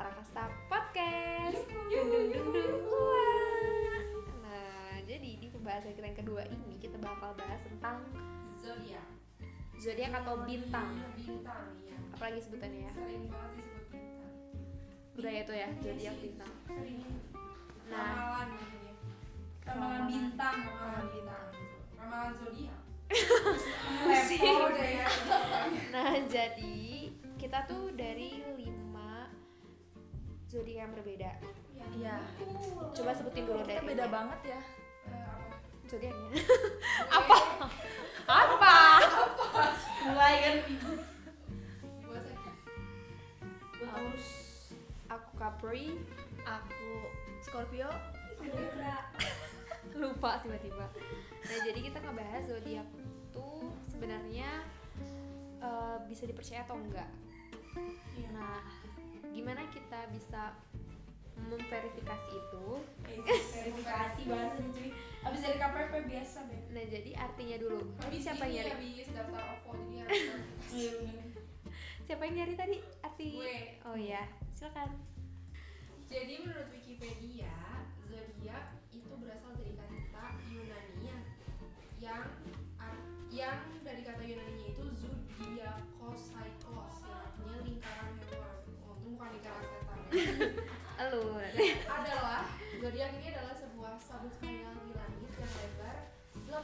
Nah, pembahasan kita yang kedua ini kita bakal bahas tentang zodiak zodiak atau bintang bintang ya apalagi sebutannya ya sering banget disebut bintang udah ya itu ya Iya zodiak sih, bintang sering nah ramalan namanya ramalan Ramalan. bintang ramalan Ramalan bintang ramalan zodiak Pusing. Level deh ya nah jadi kita tuh dari lima zodiak yang berbeda Iya. coba sebutin dulu dari Kita beda ini. banget ya. Eh, apa? zodiaknya apa apa mulai kan Gua sakit. Gua Taurus. aku Capri Ah, Aku Scorpio. lupa tiba-tiba nah jadi kita ngebahas zodiak tuh sebenarnya eh, bisa dipercaya atau enggak Iya. nah gimana kita bisa memverifikasi itu Eh, verifikasi bahasanya cuy abis dari KPP biasa deh nah jadi artinya dulu tadi Habis siapa ini, yang nyari habis daftar OVO jadi harus verifikasi. siapa yang nyari tadi arti Gue. oh ya silakan Jadi menurut Wikipedia, zodiak itu berasal dari kata Yunani yang yang ar- yang dari kata Yunani itu zodiakos cyclos yang artinya lingkaran hewan. Oh, itu bukan lingkaran setan. ya. lu adalah zodiak ini adalah sebuah sabuk khayal di langit yang lebar 18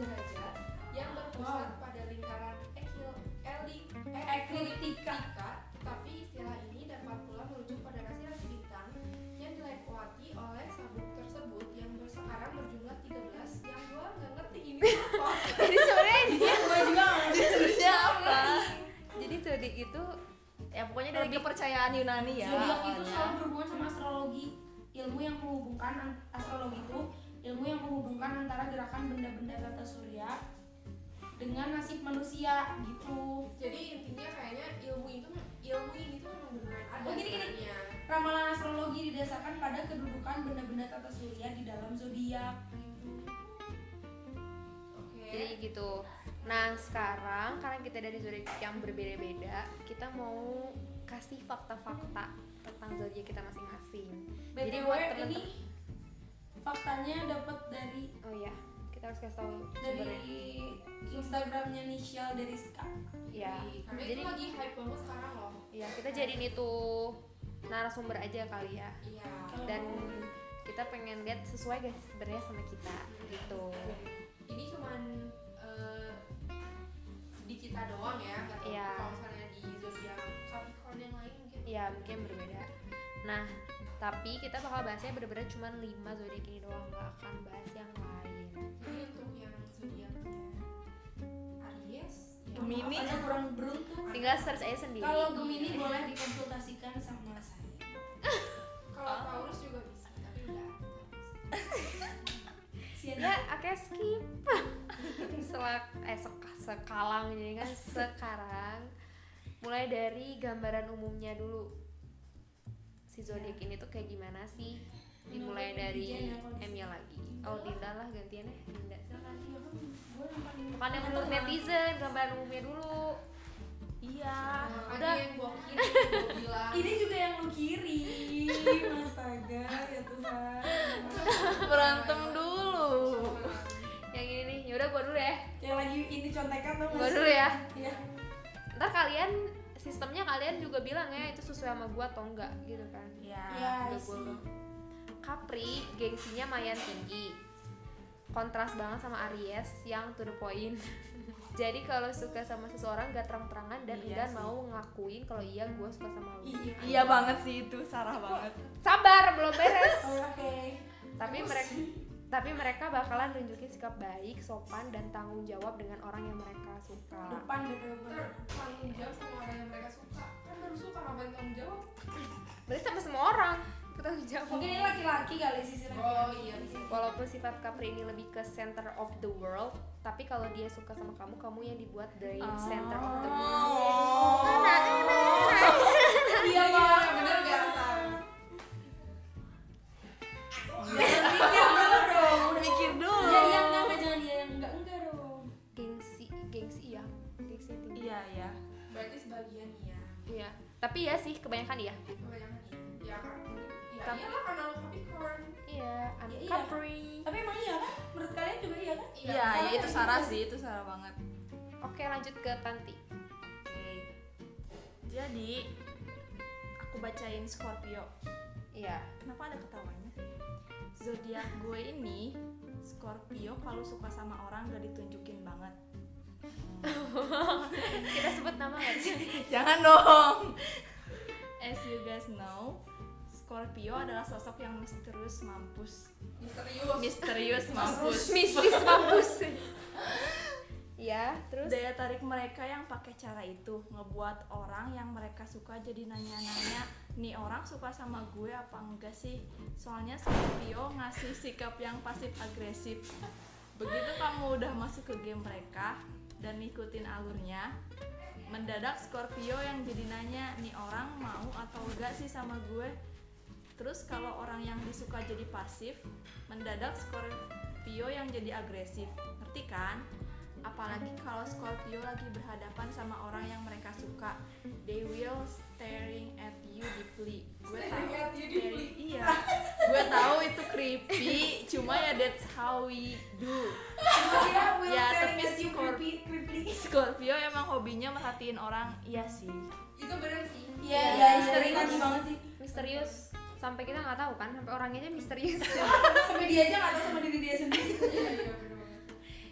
derajat yang berpusat pada lingkaran ekil, eli, ekliptika. Tapi istilah ini dapat pula merujuk pada rasi-rasi bintang yang dilewati oleh sabuk tersebut yang ber- sekarang berjumlah 13 yang gua nggak ngerti ini apa. jadi sebenarnya dia gua juga nggak ngerti. Zodiak apa? jadi zodiak itu Ya pokoknya dari kepercayaan Yunani ya. Zodiak itu awalnya. selalu berhubungan sama astrologi. Ilmu yang menghubungkan an- astrologi itu ilmu yang menghubungkan antara gerakan benda-benda tata surya dengan nasib manusia gitu. Jadi intinya kayaknya ilmu itu ilmu ini tuh memang beneran ada. Oh, gini, gini. sebenarnya. Ramalan astrologi didasarkan pada kedudukan benda-benda tata surya di dalam zodiak. Oke. Jadi gitu. Nah sekarang karena kita dari zodiak yang berbeda-beda, kita mau kasih fakta-fakta tentang zodiak kita masing-masing. Jadi BTW buat temen- ini faktanya dapat dari Oh ya, kita harus kasih tahu sumbernya. dari Instagramnya Nishal dari Ska. Ya. Karena Jadi itu lagi hype banget sekarang loh. ya kita jadiin itu narasumber aja kali ya. Iya. Dan kita pengen lihat sesuai gak sih sebenarnya sama kita gitu. Ini cuman eh, di kita doang ya, nggak tahu Iya. kalau misalnya di zodiak Capricorn yang lain mungkin. Ya mungkin berbeda. Nah tapi kita bakal bahasnya bener-bener cuma 5 zodiak ini doang, nggak akan bahas yang lain. Jadi untuk yang zodiak Aries, ya, Gemini. Anda kurang beruntung. Tinggal search aja sendiri. Kalau Gemini boleh dikonsultasikan sama saya. Kalau Taurus juga bisa, tapi enggak. ya akhirnya skip Selak, eh sek- sekalang jadi kan sekarang mulai dari gambaran umumnya dulu si zodiak ini tuh kayak gimana sih dimulai dari Emnya lagi oh Dinda lah gantiannya Dinda silakan bukan yang menurut netizen gambaran umumnya dulu Iya. Makanya udah. yang gua kiri, yang gua bilang. Ini juga yang lu kirim, astaga ya Tuhan. Berantem dulu. yang ini nih yaudah gua dulu ya Yang lagi ini contekan tuh gua dulu ya Iya. ntar kalian sistemnya kalian juga bilang ya itu sesuai sama gua atau enggak gitu kan Iya. Iya, Nggak isi. boleh. Capri gengsinya mayan tinggi. Kontras banget sama Aries yang to the point. Jadi kalau suka sama seseorang gak terang-terangan dan Iya enggak sih. mau ngakuin kalau iya gue suka sama lu. Iya. Iya banget sih itu, Sarah banget. Sabar, belum beres. Oh, Oke. Iya. tapi mereka tapi mereka bakalan nunjukin sikap baik, sopan dan tanggung jawab dengan orang yang mereka suka. Depan betul Ntar tanggung jawab sama orang yang mereka suka. Kan baru suka ngapain tanggung jawab? Berarti sama semua orang kita harus jawab. Mungkin Iya. ini laki-laki kali sisi laki. Oh iya bisa. Walaupun sifat Capri ini lebih ke center of the world, tapi kalau dia suka sama kamu, kamu yang dibuat dari Oh. center of the world. Enak, enak. Iya, Iya bener gak? Sar? Iya, Mikir dulu dong. Mikir dulu. Iya iya enggak enggak jangan iya yang enggak enggak dong. Gengsi, gengsi ya, gengsi tinggi. Iya, iya. Berarti sebagian iya. Iya. Tapi ya sih kebanyakan ya. kebanyakan iya ya kan ya Tapi- iyalah karena lo Capricorn Iya, I'm Iya, iya. Capri. Tapi emang iya kan? menurut kalian juga iya kan? Iya, Sarah ya itu kayak Sarah gitu. sih, itu Sarah banget. Oke lanjut ke Tanti. Jadi aku bacain Scorpio. Iya. Kenapa ada ketawanya? Zodiak gue ini Scorpio kalau suka sama orang gak ditunjukin banget. Kita sebut nama nggak sih? Jangan dong. As you guys know, Scorpio adalah sosok yang misterius mampus. Misterius. Misterius mampus. Mistis Oh, mampus. Iya, terus Daya tarik mereka yang pakai cara itu ngebuat orang yang mereka suka jadi nanya-nanya, nih orang suka sama gue apa enggak sih? Soalnya Scorpio ngasih sikap yang pasif agresif. Begitu kamu udah masuk ke game mereka dan ngikutin alurnya, mendadak Scorpio yang jadi nanya, nih orang mau atau enggak sih sama gue? Terus kalau orang yang disuka jadi pasif, mendadak Scorpio yang jadi agresif. Ngerti kan? Apalagi kalau Scorpio lagi berhadapan sama orang yang mereka suka, they will staring at you deeply. Gue tahu. Staring at you deeply. staring- Iya. Gue tahu itu creepy, cuma ya that's how we do. Iya, Will Ya, Ferrell tapi ngasih si Cor- creepy, creepy. Scorpio emang hobinya merhatiin orang, iya sih. Itu bener sih. Iya, Iya, iya, misteri misterius. banget sih. misterius sampai kita nggak tahu kan sampai orangnya aja misterius. Sampai dia aja nggak tahu sama diri dia sendiri. Iya, iya bener banget.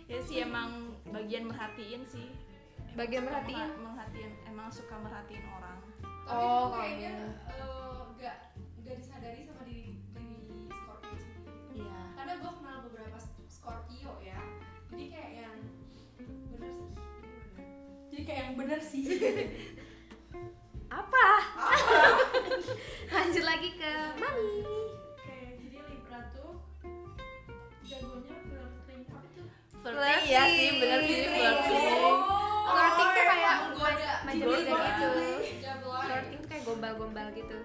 Ya sih emang bagian merhatiin sih. Emang Bagian suka merhatiin? merha- merhatiin, emang suka merhatiin orang. Tapi Oh, itu kayaknya kalau- eh, nggak nggak disadari sama diri diri Scorpio sendiri. Iya. Karena gue kenal beberapa Scorpio ya. Jadi kayak yang bener sih. Jadi kayak yang bener sih. Apa? lanjut lagi ke Mami. Kayak jadi Libra tuh jagonya flirting apa tuh? Flirting ya sih, bener Iya sih Oh. flirting. Iya. Oh, Flirting iya, tuh kayak menggoda. macam gitu. Jabloy. Flirting tuh kayak gombal-gombal gitu.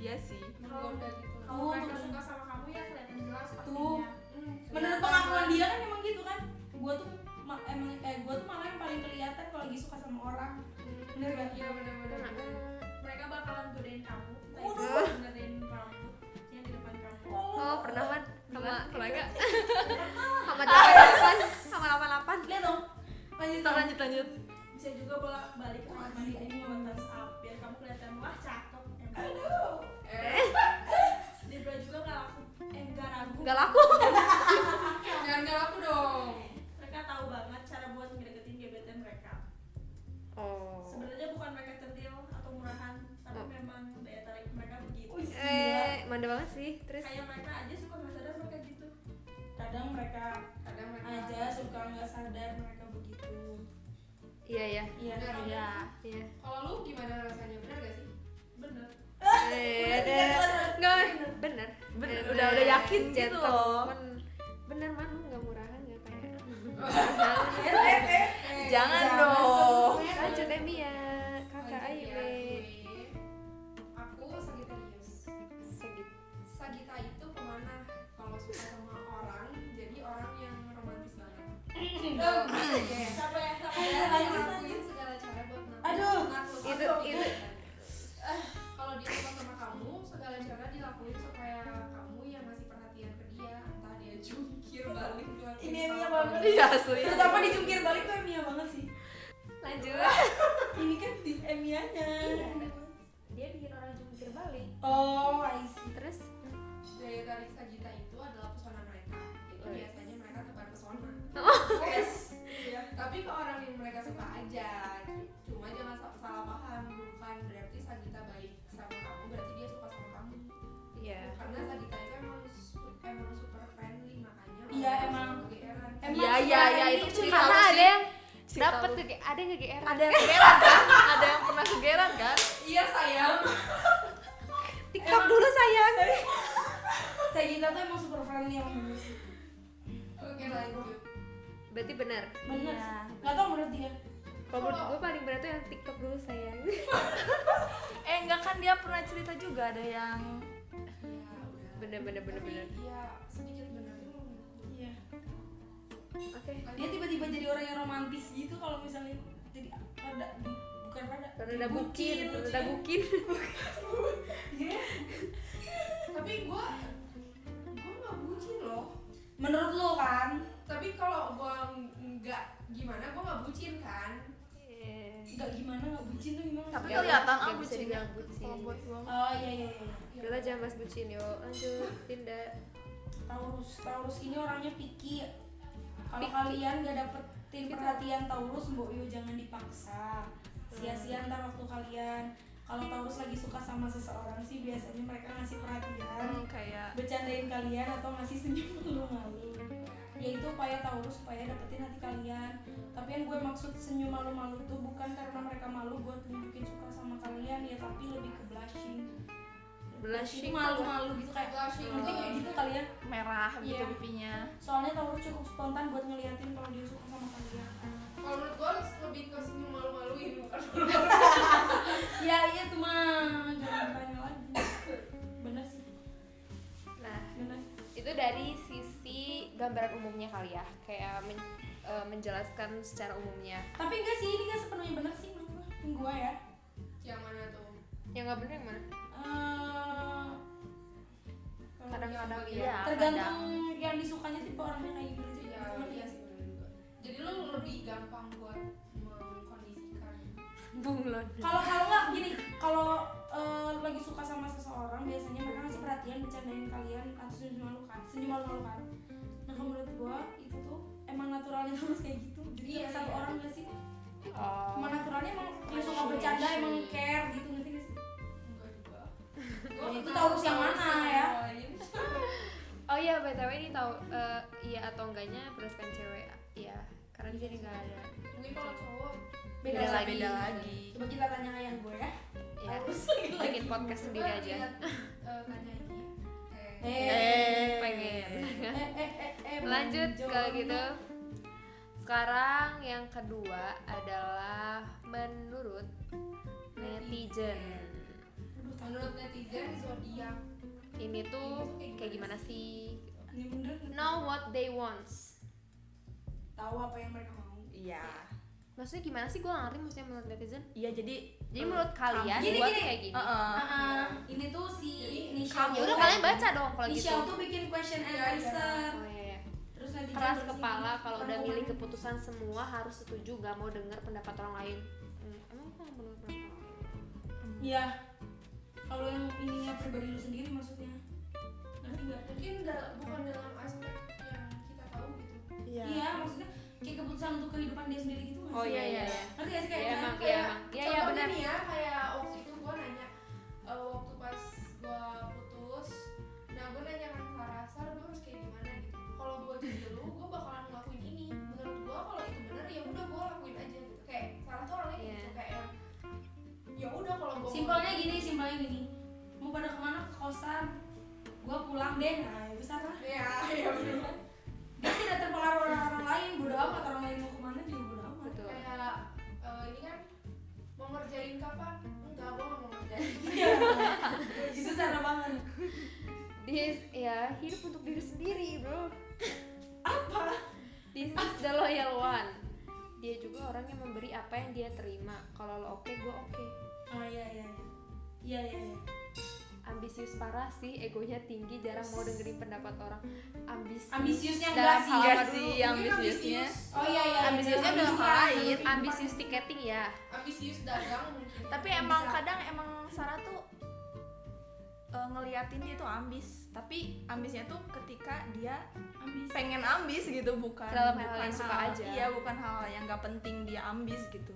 Iya sih. Menggoda gitu. Oh, mereka betul. suka sama kamu ya kelihatan jelas Tuh. pastinya. Hmm, Menurut pengakuan dia kan emang gitu kan. Gua tuh ma- emang eh gua tuh malah yang paling kelihatan kalau lagi suka sama orang. Bener gak? Iya bener-bener. Hmm. Mereka bakalan godain kamu, baik Waduh. itu godain rambut yang di depan kamu. Oh, pernah kan sama pernah enggak? sama 88 sama 88 Lihat dong. Lanjut Lanjut dong. lanjut lanjut. Bisa juga bolak balik ke kamar mandi ini iya. bawa tas up biar kamu kelihatan wah cakep. Emang. Eh, Libra juga nggak laku, eh nggak ragu. nggak laku jangan galak aku dong. Mereka tahu banget cara buat ngedeketin gebetan mereka. oh Sebenarnya bukan mereka centil atau murahan, tapi Oh. memang daya tarik mereka begitu. Wih, gila. eh manda banget sih terus Kayak mereka aja suka nggak sadar mereka gitu. Kadang mereka Kadang mereka aja suka nggak sadar mereka begitu. iya iya Iya. Bener. Iya. iya Kalau lu gimana rasanya? Bener gak sih? Bener. Eh, nggak bener Bener, Eh, udah udah yakin Iya, gitu gentleman. loh. bener man lu nggak murahan nggak kayak Iya, Jangan jangan dong. lanjut Demi ya kakak Lanjut ayo ya, Be. gue. Aku Sagittarius. Segit. Sagita itu pemanah. Kalau suka sama orang, jadi orang yang romantis banget. Siapa ya? Siapa ya? Dia ngelakuin segala cara buat nakut- Aduh, nakut- itu- nakut- itu. Eh, kalau dia suka sama kamu, segala cara dilakuin supaya kamu yang ngasih perhatian ke dia, entah dia jungkir balik ngelakuin Ini Emia apa-apa. banget. Iya asli. Terus apa dicungkir balik tuh Emia banget sih. lanjut Ini kan di Emianya. dia bikin orang jungkir balik Oh, I see. terus Daya tarik Sagita itu adalah pesona mereka. Jadi Wih. biasanya mereka tebar pesona. Yes. Iya. Tapi ke orang yang mereka suka aja. Cuma jangan sa- salah paham, bukan berarti Sagita baik sama kamu, berarti dia suka sama kamu. iya Karena Sagita itu emang su- emang super friendly makanya. Iya, orang emang. suka kegeeran. Emang Iya suka iya iya ini itu Di cerita lu mana ada sih. yang Cerita dapat lu. ke ada yang kegeeran ada yang kegeran kan? Ada yang pernah kegeran kan? Iya sayang. tiktok dulu sayang Sagita tuh emang super friendly yang bener sih. Oke lanjut. berarti benar Bener Iya. sih. Gak tau menurut dia. kalau menurut gue paling berat tuh yang tiktok dulu sayang Eh enggak kan dia pernah cerita juga ada yang Ya udah. bener bener bener Tapi bener Iya sedikit benar. Lanjut. Iya. oke Dia tiba-tiba jadi orang yang romantis gitu kalau misalnya jadi rada bukan rada. Rada bucin, rada bucin. bucin. Tapi gue gue nggak bucin loh. menurut lo kan Tapi kalau gua nggak gimana, gua nggak bucin kan. Iya. nggak gimana nggak bucin tuh gimana Tapi Nggak- kelihatan nggak ah Ya, bisa bucinnya. dibilang bucin. Kalau buat gua oh iya iya iya Udah lah, jangan bahas bucin yuk. Lanjut, Dinda. Taurus Taurus ini orangnya picky kalau kalian gak dapetin perhatian Taurus mbok yo jangan dipaksa sia-sia ntar waktu kalian kalau Taurus lagi suka sama seseorang sih biasanya mereka ngasih perhatian Hmm, kayak bercandain kalian atau ngasih senyum malu-malu yaitu upaya Taurus supaya dapetin hati kalian tapi yang gue maksud senyum malu-malu tuh bukan karena mereka malu buat nunjukin suka sama kalian ya tapi lebih ke blushing Blushing Itu malu-malu gitu kayak Blushing. nanti kayak gitu kalian merah gitu Iya. pipinya. soalnya Taurus cukup spontan buat ngeliatin kalau dia suka sama kalian Kalau menurut gua lebih ke senyum malu-maluin bukan ya iya tuh mah jangan tanya lagi bener sih Nah, bener itu dari sisi gambaran umumnya kali ya. Kayak men- eh, menjelaskan secara umumnya. tapi enggak sih ini nggak sepenuhnya bener sih menurut gue. Menurut gue ya Yang mana tuh? Yang nggak bener yang mana? Eh, kalau Kadang-kadang iya. iya. tergantung yang disukanya tipe orangnya kayak gitu. ya. gimana Iya, sih iya sih bener juga. Jadi lu lebih gampang buat mengkondisikan. Bunglon. kalau kalau nggak gini kalau eh, lagi suka sama seseorang biasanya mereka ngasih perhatian bercandain kalian atau senyum malu kan senyum malu kan nah kalau menurut gua itu tuh emang naturalnya terus kayak gitu jadi Iya, iya, satu iya. orang gak sih Oh. emang naturalnya emang yang suka bercanda iya. emang care gitu nanti sih Enggak juga. Ya, itu kenal Taurus yang Taurus mana yang ya? lain. Oh iya, btw ini tahu eh, iya atau enggaknya berdasarkan cewek. Iya, karena di sini nggak ada. Mungkin kalau cowok Beda Beda lagi. Beda lagi. coba kita tanya ayah gue ya Iya. Bikin podcast sendiri Coba aja. lihat, eh, Tanya ini. Eh, eh Eh, Pengen. eh eh eh, eh Lanjut Bang kalau Joni. gitu. Sekarang yang kedua adalah menurut netizen. menurut netizen zodiak Ini tuh kayak gimana sih? ini bener nggak? Know what they want. tahu apa yang mereka mau Iya. Maksudnya gimana sih? Gue nggak ngerti maksudnya menurut netizen. Iya jadi Jadi menurut kalian Gini, buat gini. kayak gini. Uh-uh. Heeh. Ah, ini tuh si Jadi, Nisha Ya udah kalian baca dong kalau gitu. Nisha tuh bikin question and Iya, iya. answer Oh iya, iya. terus nanti keras jawab kepala sih. kalau udah Perempuan. milih keputusan semua harus setuju gak mau dengar pendapat orang lain Hmm, emang apa yang bener pendapat orang lain? Iya. Kalau yang ininya pribadi lu sendiri maksudnya. Ngerti nggak? mungkin dalam bukan dalam aspek yang kita tahu gitu. Iya, maksudnya kayak keputusan untuk kehidupan dia sendiri gitu nggak oh sih? iya iya iya Ngerti gak sih kayak Iya, emang iya kayak Nah, emang iya iya contohnya benar nih ya kayak waktu itu gue nanya eh, waktu pas gue putus nah gue nanya kan ke Sarah gue harus kayak gimana gitu kalau gue jadi lu gue bakalan ngelakuin ini menurut gue kalau itu benar ya udah gue lakuin aja gitu kayak Sarah tuh orangnya kayak Iya. gitu kayak yang, ya udah kalau gue simpelnya gini, simpelnya gini. Mau pada kemana ke kosan? Gua iya. pulang deh. Nah, itu sama. ya ya bener. Dia tidak terpengaruh orang-orang lain, bodo amat orang lain mau kemana juga bodo amat. betul kayak eh, ini kan mau ngerjain kapan enggak gue nggak mau ngerjain Iya. itu cara banget. dia ya hidup untuk diri sendiri bro Apa? this is the loyal one dia juga orang yang memberi apa yang dia terima kalau lo oke gue oke Oh iya iya iya. Iya iya iya. ambisius parah sih egonya tinggi jarang mau dengerin pendapat orang ambisius Ambisiusnya dalam enggak sih, hal enggak apa sih, dulu? yang Mungkin ambisiusnya. ambisius, Oh iya iya. Ambisiusnya iya. dalam hal lain. ambisius tiketing ya ambisius dagang mungkin Tapi emang Bisa. kadang emang Sarah tuh eh, ngeliatin dia tuh ambis, tapi ambisnya tuh ketika dia Ambisius. pengen ambis gitu bukan Dalam hal bukan yang suka hal- aja. Iya, bukan hal yang nggak penting dia ambis gitu.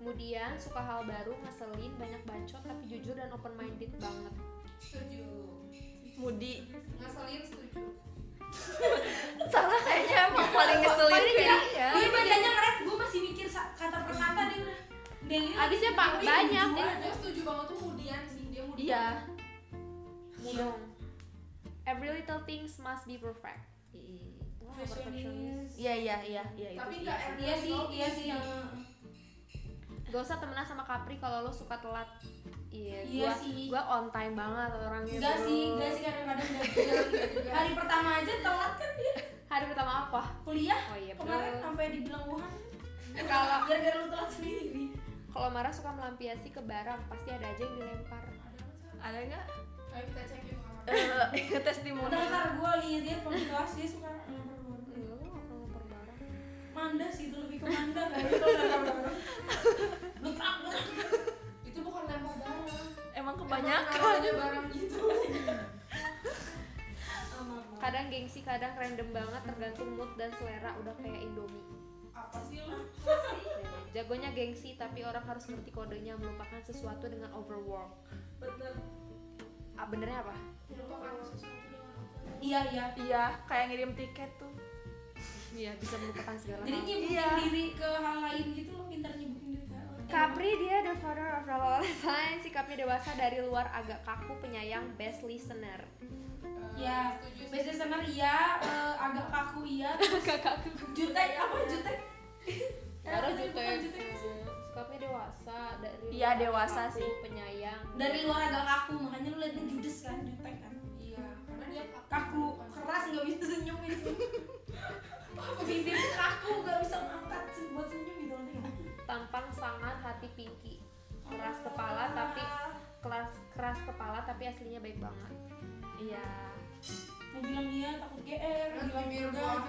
Kemudian suka hal baru, ngeselin, banyak bacot tapi jujur dan open minded banget. setuju Mudi ngeselin setuju Sarah kayaknya emang Iya. paling ngeselin gitu. Paling ya. kayaknya. Dia Iya, bacanya ngeret, gue masih mikir sa- kata per kata dia udah. Dia ini Abisnya pak Tapi banyak jujur dia Nah, gue setuju banget tuh mudian sih dia mudian Iya. mudong. Every little things must be perfect. Wah, perfectionist. perfectionist. Iya, iya, iya, iya itu. tapi sih. nggak Iya sih, iya sih yang Gak usah temenan sama Capri kalau lo suka telat. Iya, gua, Iya sih. gua on time banget orangnya. enggak bro. sih, enggak sih kadang-kadang enggak juga. Hari pertama aja telat kan dia Hari pertama apa? kuliah. Oh iya, Kemarin betul. sampai dibilang Wuhan. Kalau Gara-gara lu telat sendiri. kalau marah suka melampiasi ke barang, pasti ada aja yang dilempar. ada nggak sih? Ada nggak? ayo kita cek yuk kamar eh, testimoni Ntar ntar gue lagi inget pemilik kelas dia suka "Eh, ngelempar barang. Iya, lu gak pernah bermarah. Mandas gitu lebih ke manda kali kalau ngelempar barang. Lekrak banget. itu bukan lempar barang emang Emang kebanyakan ada barang gitu kadang gengsi kadang random banget tergantung mood dan selera udah kayak indomie apa sih lu jagonya gengsi tapi orang harus ngerti kodenya melupakan sesuatu dengan overwork bener ah, benernya apa melupakan sesuatu dengan apa Iya iya. iya kayak ngirim tiket tuh iya bisa melupakan segala Jadi hal nyibukin Iya. diri ke hal lain gitu lo pintar nyibukin diri ke hal lain. Capri dia the founder of Rololol Science sikapnya dewasa dari luar agak kaku penyayang best listener Ya, setuju sih. business owner iya, eh, agak kaku iya, terus agak kaku jutek apa jutek? Baru Eh, bukan jutek jutek sih. sikapnya dewasa dari Iya, luar agak dewasa kaku, sih. penyayang Dari luar agak kaku, makanya lu liatnya judes kan, jutek kan. iya karena dia Kaku, keras nggak bisa senyum gitu. Bibir kaku nggak bisa ngangkat sih buat senyum gitu nanti. tampang sangar hati pinky keras kepala tapi keras keras kepala tapi aslinya baik banget iya Mau bilang iya takut GR, Kan bilang bibir enggak. gua.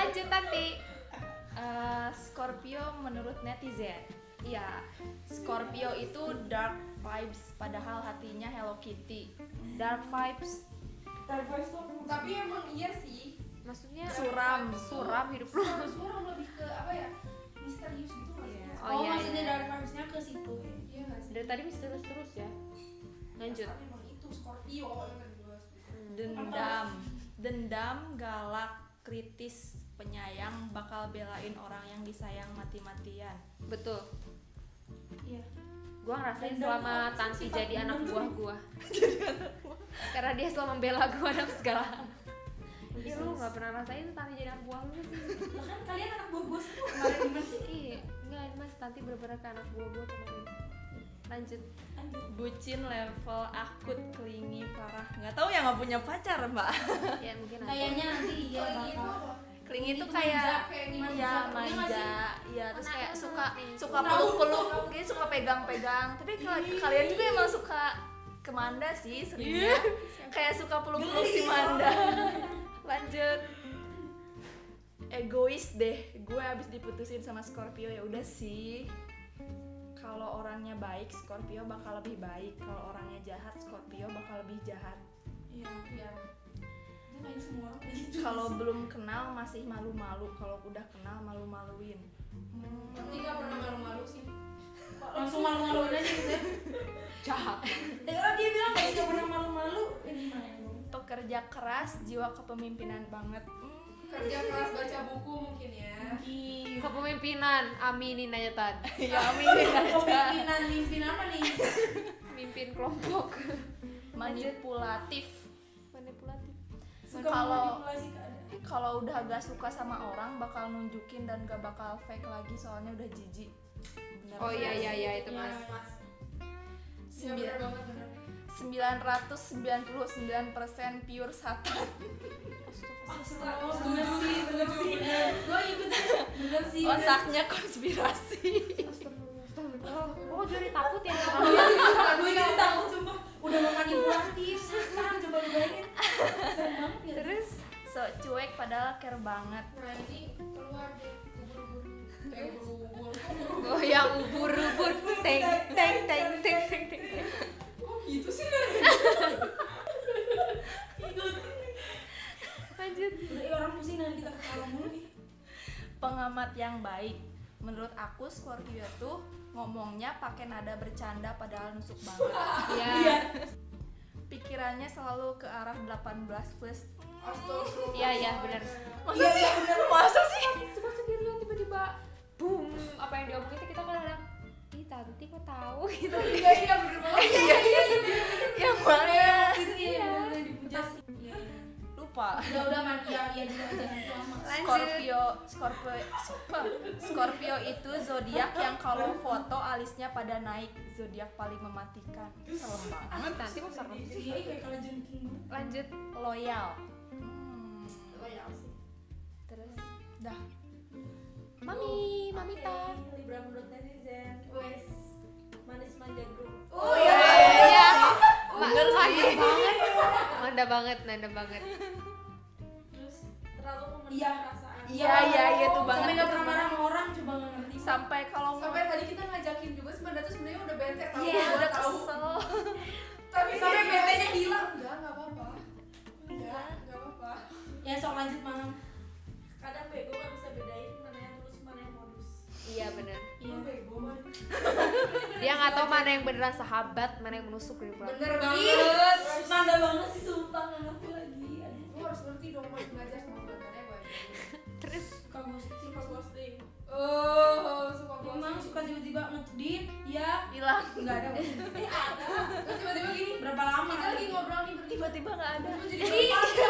lanjut nanti Eh, Scorpio menurut netizen iya Scorpio itu dark vibes padahal hatinya Hello Kitty dark vibes Dark voice tuh apa? tapi emang iya sih maksudnya suram suram hidup lu harus orang lebih ke apa ya misterius gitu kan Iya. Oh, Oh, iya, maksudnya iya. dark vibes-nya ke situ. ya? iya nggak sih dari tadi misterius terus ya lanjut Tapi emang itu Scorpio yang kedua dendam dendam galak kritis penyayang bakal belain orang yang disayang mati-matian betul Iya. gua ngerasain Dendam selama apa? Tanti Sifat jadi anak dendam buah gua karena dia selalu membela gua dalam segala hal Ih, lu gak pernah rasain Tanti jadi anak buah lu sih Lah kan kalian anak buah gue semua kemarin gimana sih? Iya, enggak ini mas Tanti bener-bener ke anak buah gua kemarin Lanjut Lanjut. bucin level akut kelingi parah nggak tahu ya nggak punya pacar mbak Ya mungkin nanti. Kayaknya nanti iya Oh, Lagi itu bakal. apa? kelingi itu Itu kayak kayak ya Iya nggak manja sih? ya terus Anak kayak anak suka nih. suka peluk peluk gitu suka pegang pegang tapi kalau kalian juga emang suka kemanda sih seringnya kayak suka peluk peluk si manda lanjut egois deh gue abis diputusin sama Scorpio ya udah sih kalau orangnya baik Scorpio bakal lebih baik kalau orangnya jahat Scorpio bakal lebih jahat Iya, iya. Itu kayak semua orang kayak gitu. kalau belum kenal masih malu-malu kalau udah kenal malu-maluin Tapi nggak pernah malu-malu sih langsung malu-maluin aja gitu ya. Jahat Dan orang kan dia bilang kayak gak pernah malu-malu. Eh, gimana ya? pekerja keras jiwa kepemimpinan banget Hmm, kerja keras baca buku mungkin ya Mungkin. Kepemimpinan, aminin aja Tan ya aminin aja Kepemimpinan, mimpin apa nih? Mimpin kelompok manipulatif Manipulatif Suka Kalau- manipulasi keadaan. kalau udah gak suka sama orang bakal nunjukin dan gak bakal fake lagi soalnya udah jijik Bener. Oh iya iya iya itu Iya. mas Iya benar Sembilan- banget benar 999% pure satan Ah, Astagfirullah, bener sih, bener Oh, sih. Gue ikut bener sih. Iya. otaknya konspirasi Oh, oh jadi takut ya sama Iya, sumpah, gue gak tahu sumpah. Udah makan manipulatif, sekarang coba lu bayangin. Serem banget ya. Terus so cuek padahal care banget nah ini keluar deh kubur-kubur kayak kubur-kubur goyang ubur-ubur Teng teng teng teng teng teng kok gitu sih Lanjut Udah, ih, orang pusing nanti kita ketawa mulu nih. pengamat yang baik menurut aku Scorpio tuh ngomongnya pakai nada bercanda padahal nusuk banget Iya pikirannya selalu ke arah 18 plus Astagfirullah. Iya, iya, benar. masa sih masa sih Suka sendirian Kan tiba-tiba Boom Apa yang diomongin itu kita kadang-kadang Ih Tanti kok tahu gitu iya iya benar banget iya iya yang mana Gitu ya, udah dipuja sih. Iya, iya. lupa Udah, udah man, iya, iya, dulu aja nanti lama. Scorpio Scorpio Scorpio itu zodiak yang kalau foto alisnya pada naik zodiak paling mematikan serem banget Tanti kok serem sih Iya, kayak kalau jengking banget. Lanjut loyal Hmm, Oh, iya, Loyal sih. Terus dah Mami, Mamita Oke, Libra menurut netizen wes manis manja group Oh, Oh iya, iya. Bener lagi banget. nanda banget nanda banget terus terlalu mementingkan Iya. perasaan Iya, iya, iya, tuh banget, Sampai nggak itu pernah banget. marah sama orang, coba nggak ngerti. sampai kalau sampai tadi kita ngajakin juga sebenarnya tuh sebenarnya udah bete tahu Iya, gua udah tahu kesel tapi Iya. sampai betenya bilang enggak enggak apa-apa enggak enggak apa-apa Ya sok lanjut malam. kadang bego nggak bisa bedain mana yang tulus mana yang modus iya bener Iya. Lu bego man dia nggak tahu mana yang beneran sahabat mana yang menusuk dari belakang bener banget. banget Nanda banget sih sumpah nggak ngerti lagi. Aduh, lu harus ngerti dong man belajar sama mantannya banyak terus suka ghosting. suka ghosting oh suka Memang banget suka tiba-tiba ngedip, ya hilang nggak ada. terus tiba-tiba gini Berapa lama? kita lagi ngobrol nih bertiga tiba-tiba nggak ada Terus jadi berempat, ya,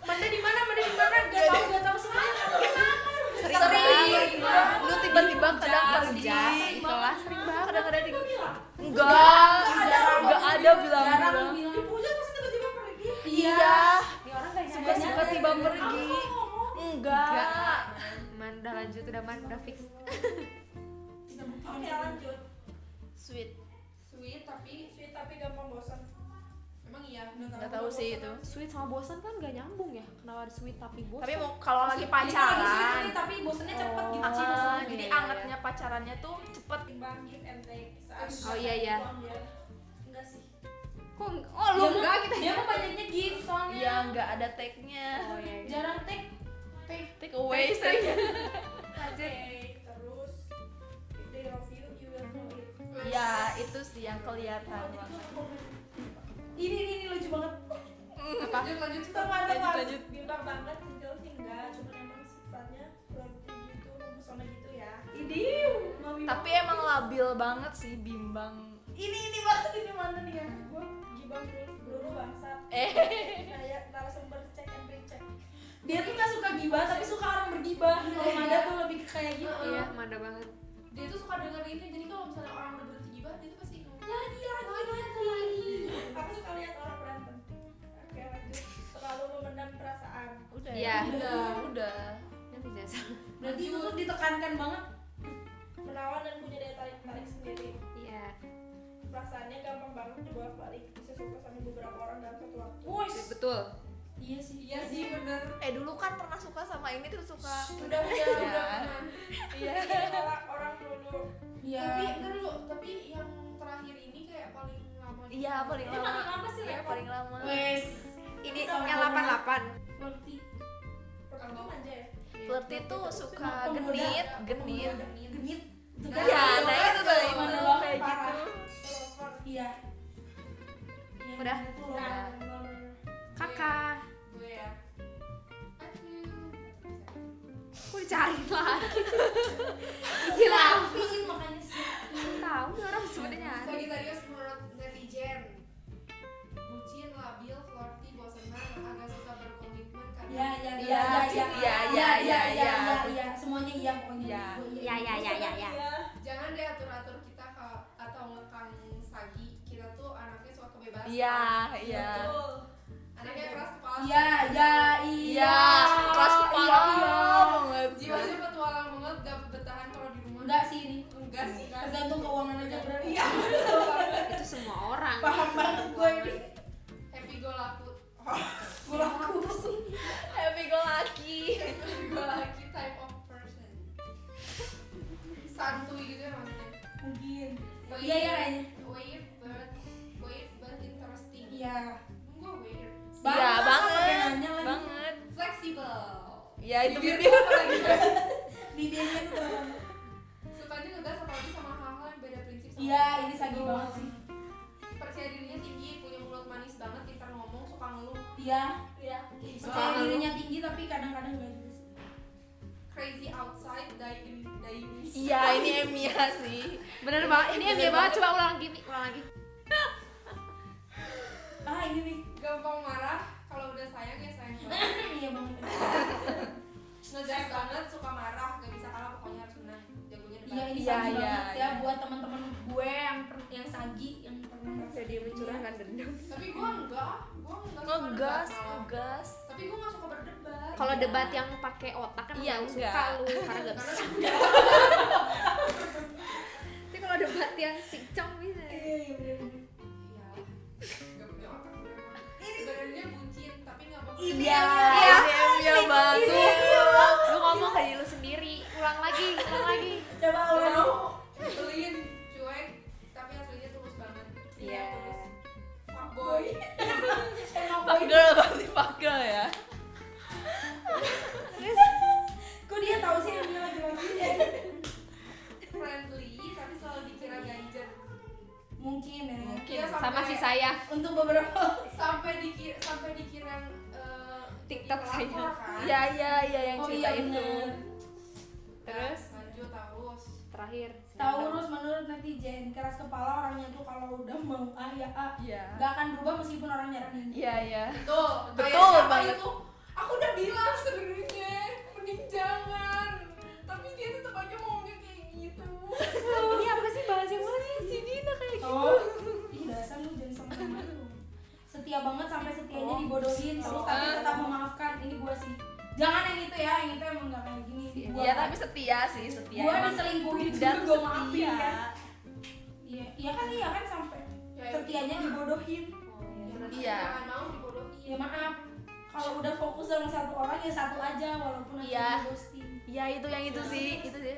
Mana di mana? Mana di mana? Gak tahu, gak tahu semua. Sering sering banget banget. lu tiba-tiba kadang Hujan, kerja di kelas Iya sering banget kadang-kadang di enggak Jarang nggak ada bilang Jarang bilang bilang. hujan pasti tiba-tiba pergi Iya. Ini orang kayak suka suka tiba pergi enggak man udah lanjut udah man udah fix oke lanjut sweet sweet tapi sweet tapi gampang bosan emang iya nggak tahu sih itu sweet sama bosan kan gak nyambung ya kenapa ada sweet tapi bosan tapi mau kalau lagi Jadi kita lagi sweet pacaran nih, kan tapi bosannya cepet gitu Ah, sih bosannya. jadi Iya, iya. angetnya pacarannya tuh cepet timbang give and take saat Oh, iya, iya. uang ya. enggak sih kok oh lu enggak kita Dia mah banyaknya gift soalnya. ya nggak ada tag-nya oh iya iya. Jarang take. Oh, take away sering Take, terus if they love you you will know it ya itu sih yang kelihatan Ini ini ini lucu banget. lanjut lanjut Itu mah Lanjut, teman lanjut. bimbang banget sejauh sih enggak cuma emang sifatnya lebih gitu lumpur sama gitu ya Ini mau bimbang. tapi emang labil banget sih bimbang ini ini banget ini mantan ya gue gibah dulu dulu bangsat eh kayak narasumber cek and recheck dia tuh gak suka gibah tapi suka orang bergibah. Kalau Manda tuh lebih ke kayak gitu. iya manda banget Iya, dia tuh suka denger ini jadi kalau misalnya orang udah berhenti gibah dia tuh pasti lagi lagi lagi lagi aku suka lihat orang berantem oke lanjut selalu memendam perasaan udah ya? Iya. udah udah Nanti jasa Berarti itu tuh ditekankan banget. menawan dan punya daya tarik tarik sendiri iya perasaannya gampang banget dibolak balik bisa suka sama beberapa orang dalam satu waktu Wush. betul Iya sih. iya sih bener eh dulu kan pernah suka sama ini terus suka udah udah Iya. udah bener. iya orang orang dulu Iya. tapi bentar dulu tapi yang terakhir ini kayak paling lama di- iya paling ini lama paling lama sih Iya, ya paling lama Wes. ini yang 88 Berarti pertama manja ya flirty tuh suka Pemuda. Ah, genit genit genit. Itu kan Iya, yang nah itu tuh yang Manda bener banget. kayak parah gitu Telepon. Iya. Iya, Udah? itu loh. Nah, kakak gue ya aduh aku dicari lagi hilang Pingin makanya sih. tahu nih orang sebenarnya ada. Sagittarius menurut netizen bucin, labil, flirty, bosenan, agak suka berkomitmen karena Iya, iya, Iya, iya, iya, iya, iya, iya, iya, iya, iya, iya, semuanya iya Iya. pokoknya. Iya, iya, iya, iya, iya. jangan deh atur-atur kita ka- atau ngekang sagi kita tuh anaknya suka kebebasan iya iya Betul. anaknya keras kepala Iya, iya, iya. iya kelas kepala Iya, banget jiwanya petualang banget gak bertahan kalau di rumah Enggak sih ini. enggak sih Tergantung keuangan aja berarti. iya itu semua orang paham banget gue ini happy go laku happy go lucky happy go lucky type of person santuy gitu ya maksudnya Mungkin. Iya, iya kayaknya. weird but weird but interesting Iya. gue weird pakai iya banget nanya lagi. banget fleksibel ya itu Bibir gua apa lagi? Bibirnya tuh terlalu. Sukanya ngegas apalagi sama hal-hal yang beda prinsip sama Iya, kita. ini sagi banget sih. Percaya dirinya tinggi, punya mulut manis banget, pintar ngomong, suka ngeluh Iya. iya Percaya dirinya tinggi tapi kadang-kadang gak juga sih. Crazy outside, dying, dying iya ini Emia sih bener banget ini yang dia banget coba ulang lagi Mi. ulang lagi Ah, ini nih. Gampang marah, kalau udah sayang ya sayang banget Iya banget. Ngegas banget, suka marah, gak bisa kalah pokoknya harus menang Jagonya Iya, debat ini Iya, sagi iya, banget iya. ya buat teman-teman gue yang per- yang sagi yang pernah jadi mencurahkan dendam Tapi gue enggak, gue enggak suka debat ngegas malah. ngegas Tapi gue gak suka berdebat Iya. kalau debat ya. yang pakai otak kan Iya, nggak enggak. suka lu karena gak Karena kan Iya. bisa tapi kalau debat yang cincong bisa Iya, iya bener-bener. Iya, gak punya otak gue. Iya. Iya, iya banget. iya. Lu ngomong ke diri lu sendiri. Ulang lagi, ulang lagi. Coba ulang. mau beliin cuek tapi aslinya tulus banget Iya. tulus fuckboy Emang Fuck boy. girl, pasti fuck girl ya. Kok dia tahu sih namanya laki-laki dia? friendly tapi selalu dikira ganjen Mungkin ya. Mungkin. Iya, Sama sampai- si saya. Untuk beberapa sampai dikira sampai dikira eh, TikTok jadi saya. pelakor, kan? Iya iya iya yang Oh cerita iya itu. bener. Terus lanjut Taurus terakhir. Taurus menurut netizen keras kepala orangnya tuh kalau udah mau A ya A Iya. nggak akan berubah meskipun orang nyaranin. Iya iya. betul Betul Kayak siapa banget. itu? aku udah bilang sebenarnya mending jangan tapi dia tetap aja maunya kayak gitu Ini apa sih bahas yang mana sih? Si Dina kayak Oh, ih dasar lu jangan sama temen lu. Setia banget sampai Oh. setianya dibodohin terus tapi tetap memaafkan. Ini gua sih. Jangan yang itu ya, yang itu emang nggak kayak gini. Gua- Iya tapi setia sih iya, setia. gua Emang diselingkuhin dan juga gua maafin setia. kan. Iya, iya kan iya kan sampai Ya, ya. setianya dibodohin. Oh, Jangan- Iya. jangan mau dibodohin Ya maaf. Kalau udah fokus sama satu orang ya satu aja walaupun Iya. akhirnya ghosting. Iya itu yang itu sih itu sih.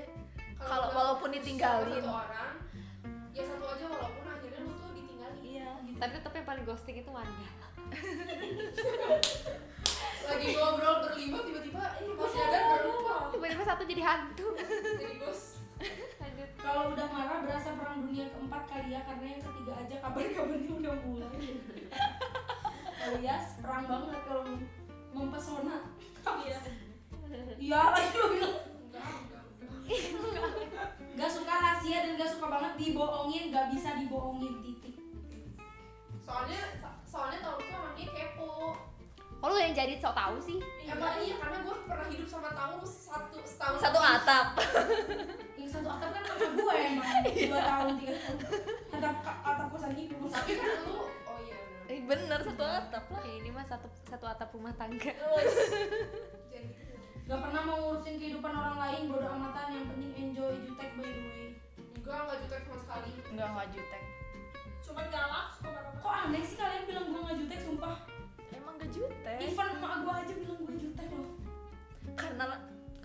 Kalau udah walaupun putus sama ditinggalin. satu orang ya satu aja walaupun akhirnya lu tuh ditinggalin Iya. Tapi tapi yang paling ghosting itu Wanda. lagi ngobrol berlima tiba-tiba eh gue sadar berlupa Tiba-tiba satu jadi hantu. jadi bos Lanjut. Kalau udah marah berasa perang dunia keempat kali ya karena yang ketiga aja kabar-kabarnya udah mulai. Alias perang banget kalau mempesona. Iya. Iya lah itu bilang. enggak enggak enggak Gak suka rahasia dan gak suka banget dibohongin, gak bisa dibohongin titik. soalnya soalnya tau tuh orangnya kepo Oh lu yang jadi so tau sih. emang iya karena gue pernah hidup sama Taurus satu setahun Satu atap. Yang satu atap kan sama gue emang dua tahun tiga tahun. Atap atap kosan ibu. tapi kan lu oh iya bener. Eh, bener satu atap lah. Ini mah satu satu atap rumah tangga. jadi gitu. Gak pernah mau ngurusin kehidupan orang lain, bodo amatan yang penting enjoy jutek by the way. enggak enggak jutek sama sekali Enggak enggak jutek. Cuman galak suka marah-marah. Kok aneh sih kalian bilang gue gak jutek sumpah? Emang gak jutek. Even emak gue aja bilang gue jutek loh. Karena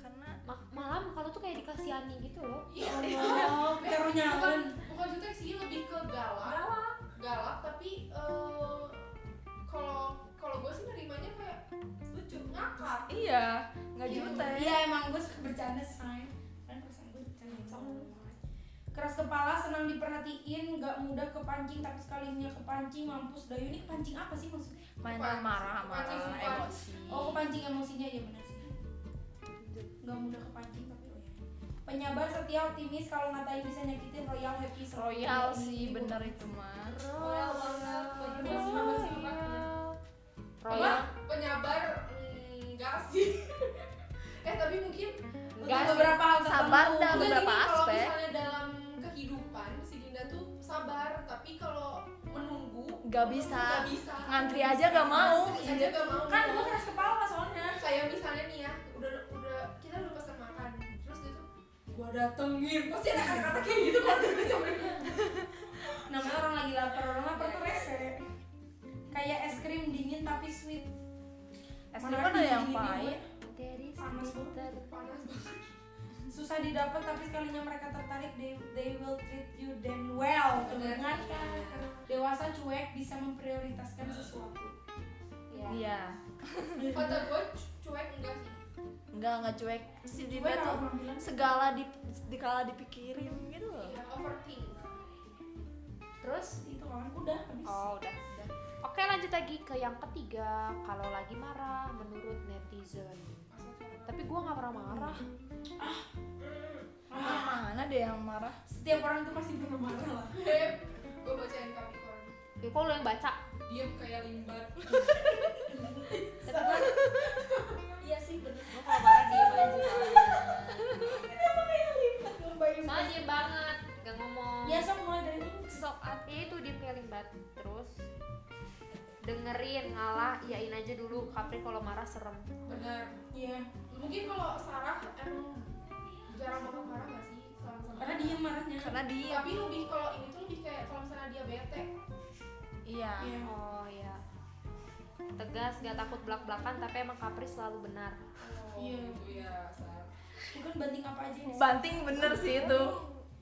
karena Ma- malah muka lu tuh kayak dikasihani gitu loh. iya Oh, teror bukan nyaman. bukan jutek sih lebih ke galak Galak. galak tapi eh, kalau kalau gue sih nerimanya kayak lucu ngakak iya nggak jutek. Iya emang gue suka bercanda say. Kan perasaan gue bercanda sama Keras kepala, senang diperhatiin, gak mudah kepancing, tapi sekalinya kepancing, mampus Dayu ini kepancing apa sih maksudnya? Main Kepancing, marah kepancing, marah kepancing. emosi. Oh kepancing emosinya ya benar sih. Gak mudah kepancing tapi oh ya. Penyabar, setia, optimis, kalau ngatain bisa nyakitin royal happy. selalu royal happy. sih bener itu mah. royal banget Royal. Masih banget sih ngakak. Apa? Royal. penyabar mm, enggak sih eh tapi mungkin Enggak Untuk sih. beberapa hal Sabar tertentu. dah, Enggak, gini, beberapa aspek. kalau misalnya dalam kehidupan si Dinda tuh sabar tapi kalau menunggu Gak bisa. nggak bisa Ngantri aja gak mau. Iya. Ngantri aja gak mau Kan gue keras kepala soalnya. kayak misalnya nih ya udah udah kita udah pesan makan terus dia tuh gua datengin pasti ada anak-anak kayak gitu kan namanya orang lagi lapar orang lapar tuh rese kayak es krim dingin tapi sweet Es krim ada yang dingin-dingin pahit. gue. Dari Panas banget. sekitar panas banget susah didapat tapi sekalinya mereka tertarik they, they will treat you damn well dengan dewasa cuek bisa memprioritaskan sesuatu ya Iya. kata gua cu- cuek enggak sih Enggak enggak cuek. Si gue Dinda kalau Iya tuh mau bilang segala di dikala dipikirin gitu loh. ya overthink Terus seperti itu kan udah habis Oh udah. Oke lanjut lagi ke yang ketiga kalau lagi marah menurut netizen. Tapi gua nggak pernah marah. Ah, Mana deh yang marah? setiap orang tuh pasti pernah marah lah Hep, gua bacain Capricorn Ya, kok lu yang baca? diem kayak limbat kan iya sih benar Gua kalau marah diem aja. bayang Soalnya diem banget, gak ngomong. biasa mulai dari dulu Sok at- ya itu diem kayak limbat. Terus dengerin ngalah iain aja dulu Capri kalau marah serem benar iya mungkin kalau Sarah emang jarang banget marah gak sih Sarah-Sarah? karena dia marahnya Karena dia tapi lebih kalau ini tuh lebih kayak kalau misalnya dia bete iya. Iya. oh ya tegas gak takut belak belakan tapi emang Kapri selalu benar Iya. Iya, Sar. bukan banting apa aja nih banting bener sih itu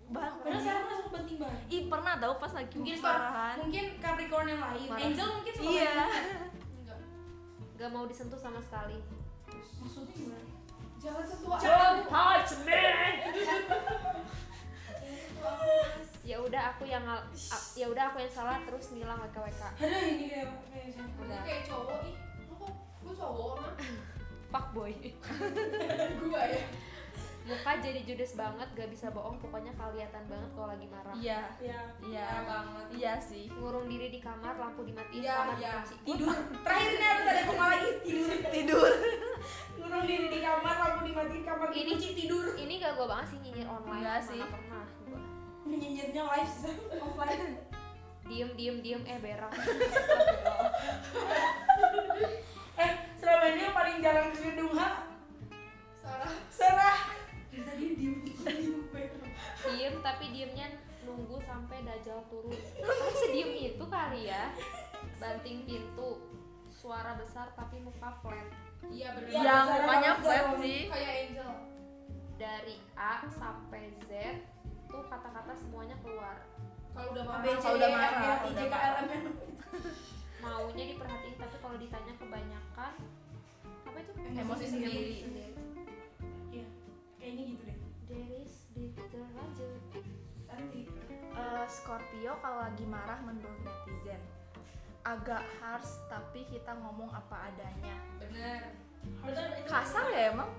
padahal banting sekarang aku langsung banting banget ih pernah tau pas lagi mungkin marahan mungkin Capricorn yang lain Marah. Angel mungkin suka iya banting. Enggak. gak mau disentuh sama sekali maksudnya gimana Jangan sentuh aku. Jangan sentuh aku. Mas. ya udah aku yang ngal- a- ya udah aku yang salah terus ngilang wkwk aduh ini kayak kayak siapa? Aku kayak cowok ih. Lu kok lu cowok mah? fuck boy Gua ya. muka jadi judes banget gak bisa bohong pokoknya kelihatan banget kalau lagi marah iya ya iya Parah banget. iya sih ngurung diri di kamar lampu dimatiin Iya, kamar iya. dikunci. tidur terakhir ini harus ada koma lagi tidur tidur ngurung diri di kamar lampu dimatiin kamar gitu. Ini- dikunci tidur ini gak gue banget sih nyinyir online Enggak mana sih. pernah gua. nyinyirnya live sih offline diem diem diem eh berak eh selama ini yang paling jarang ke gedung ha Sarah. Sarah tadi diem diem diem tapi diemnya nunggu sampai dajal turun Tapi sediem itu kali ya banting pintu suara besar tapi muka flat Iya benar. Iya, yang Sarah mukanya bagus, flat Sarah. sih Kayak Angel. dari A sampai Z tuh kata-kata semuanya keluar Kalau udah marah. ABC ya, Kalau udah marah, FGAT, udah JKLM maunya diperhatiin tapi kalau ditanya kebanyakan apa itu emosi sendiri Iya, kayaknya gitu deh Deris Deterlanjut nanti Eh, Scorpio kalau lagi marah menurut netizen agak harsh tapi kita ngomong apa adanya Benar. bener itu. kasar ya emang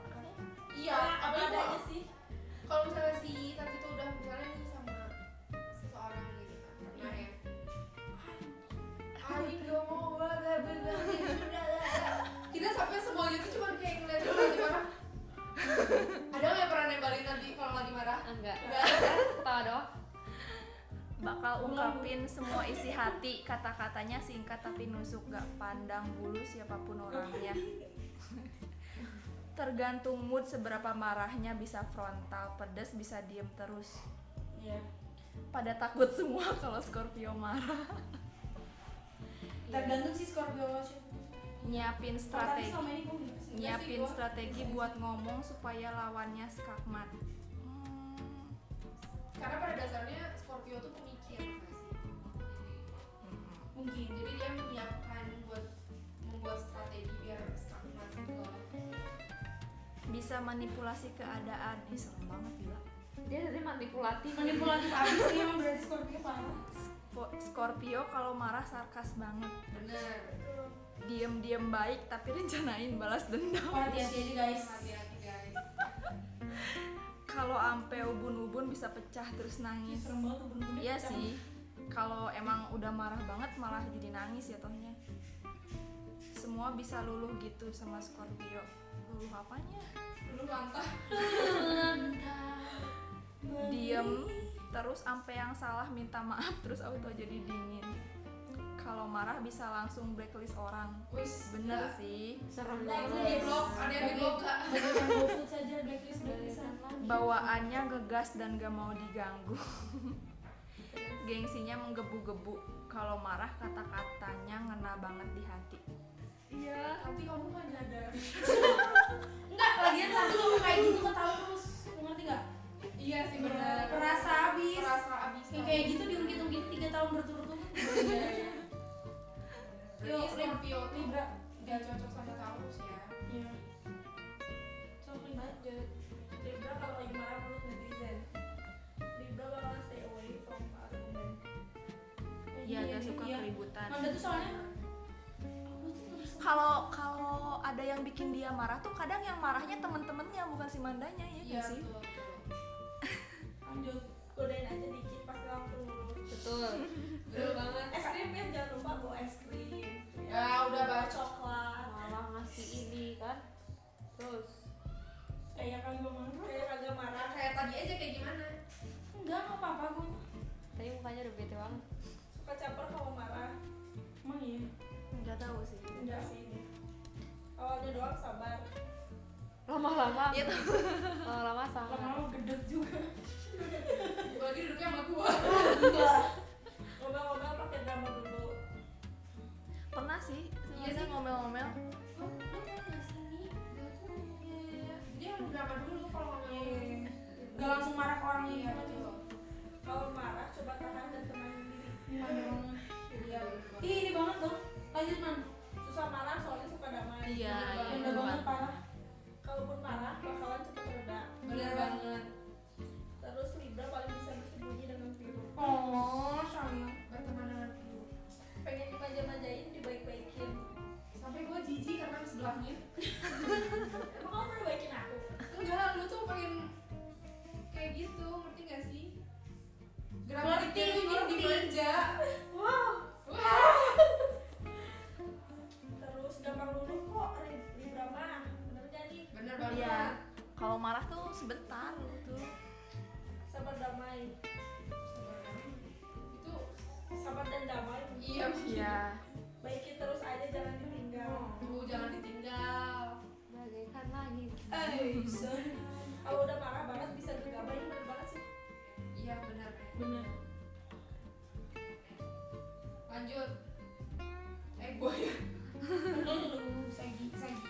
Iya, apa ada ya, adanya aja sih kalau misalnya si tadi tuh udah misalnya nih sama seseorang gitu kan pernah ya Ari gak mau banget banget sudah lah." kita sampai semuanya tuh cuma kayak ngeliatin lagi marah ada nggak yang pernah nembalin nanti kalau lagi marah enggak Nggak ada kan? ketawa doang bakal ungkapin semua isi hati kata-katanya singkat tapi nusuk gak pandang bulu siapapun orangnya tergantung mood seberapa marahnya bisa frontal pedas bisa diem terus Iya. pada takut semua kalau Scorpio marah tergantung sih Scorpio siapa. nyiapin tapi strategi selama ini gue nggak sih nyiapin strategi buat ngomong supaya lawannya skakmat Hmm, karena pada dasarnya Scorpio tuh pemikir nggak sih? mm-mm. mungkin jadi dia menyiapkan buat membuat strategi biar skakmat gitu loh bisa manipulasi keadaan Ih, serem banget gila dia tadi manipulatif manipulatif abis sih emang berarti Scorpio parah Spo- Scorpio kalau marah sarkas banget bener diem-diem baik tapi rencanain balas dendam Wah, hati-hati aja guys hati-hati guys kalau ampe ubun-ubun bisa pecah terus Ih, nangis serem banget tuh bener-bener iya kacau. sih kalau emang udah marah banget malah jadi nangis ya tohnya semua bisa luluh gitu sama Scorpio luluh apanya lu lantah kan diem terus ampe yang salah minta maaf terus auto jadi dingin kalau marah bisa langsung blacklist orang wis bener sih serem Langsung di blok, ada yang di blok gak? Bagaimana GoFood saja blacklist blacklistan lagi bawaannya ngegas dan gak mau diganggu gengsinya menggebu-gebu kalau marah kata-katanya ngena banget di hati iya Nanti kamu kan nyadar enggak lagian satu ngomong kayak gitu ketawa terus Lu ngerti nggak Iya sih benar. Perasa abis. Perasa abis. Yang kayak gitu diungkit-ungkit tiga tahun berturut-turut Iya, iya. Yuk, Jadi Scorpio tuh Libra gak cocok sama Taurus ya. iya Coba Libra- Libra kalau lagi marah menurut netizen Libra bakalan stay away from argument ya gak suka iya. keributan Manda tuh soalnya aku tuh nggak suka. kalau kalau ada yang bikin dia marah tuh kadang yang marahnya temen-temennya bukan si mandanya ya Iya gak sih betul. betul. lanjut godain aja dikit pasti langsung lurus betul Betul banget. es krim ya jangan lupa bawa es krim Ya udah baca. coklat malah ngasih ini kan terus kayak kan gue marah kayak kagak marah Kayak tadi aja kayak gimana? enggak nggak apa-apa gue tapi mukanya udah bete banget suka caper kalau marah emang iya nggak tahu sih enggak sih ini awalnya doang sabar lama-lama Iya lama-lama sama lama-lama gedek juga Bagi duduknya sama gua. ngobrol-ngobrol pakai drama dulu pernah sih Iya sih sengaja ngomel-ngomel Oh, iya, Dia yang drama dulu kalau ngomong. Gak langsung marah ke orangnya ya coba. iya. Kalau marah coba tahan dan tenangin diri. Iya. Ih, ini banget dong. Lanjut man. Susah marah soalnya suka damai. Iya, Jadi iya. Benda banget parah. Kalaupun marah bakalan cepat reda. Bener banget. Terus Libra paling bisa bersembunyi dengan biru. Oh, sayang. berteman dengan tidur Pengen dimanja-manjain dibaik-baikin. sampai gue jijik karena sebelahnya Emang kamu pernah baikin aku? enggak lu tuh pengen kayak gitu ngerti gak sih Ngerti, Gramatiknya lu ingin ngerti. dimanja Terus gampang luluh kok Li- Libra mah. Bener gak nih? bener banget Iya. kalau marah tuh sebentar gitu. tuh Sabar damai. itu Sabar dan damai. iya iya Baikin terus aja jangan ditinggal. tuh jangan ditinggal bagaikan langit eh sorry. Kalau udah marah banget bisa gegabah ini bener banget sih. iya bener Bener. lanjut eh gue ya Lu sagi, sagi.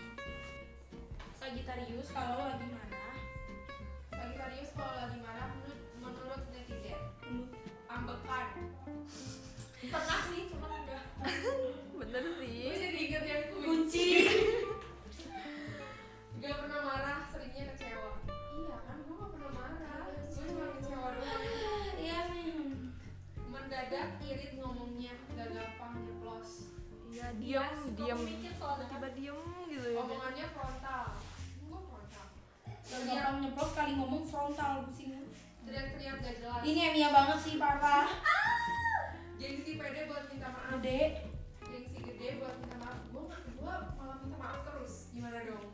Sagitarius kalau lagi mana? Sagittarius kalau lagi marah menurut menurut netizen ambekan pernah sih cuma enggak bener gue sih jadi inget yang kunci Kunci. Gak pernah marah, seringnya kecewa Iya kan, gue gak pernah marah Gue cuma kecewa doang Ah, Iya, men. Mendadak irit ngomongnya, gak gampang nyeplos iya diam diam Mikir soalnya tiba diem gitu ya Omongannya frontal Gue frontal Bagi orang nyeblok kali ngomong frontal pusing. Teriak-teriak gak jelas Ini Emia banget sih parah. Gengsi pede buat minta maaf Gede. Gengsi gede buat minta maaf Gue gua malah minta maaf terus Gimana dong?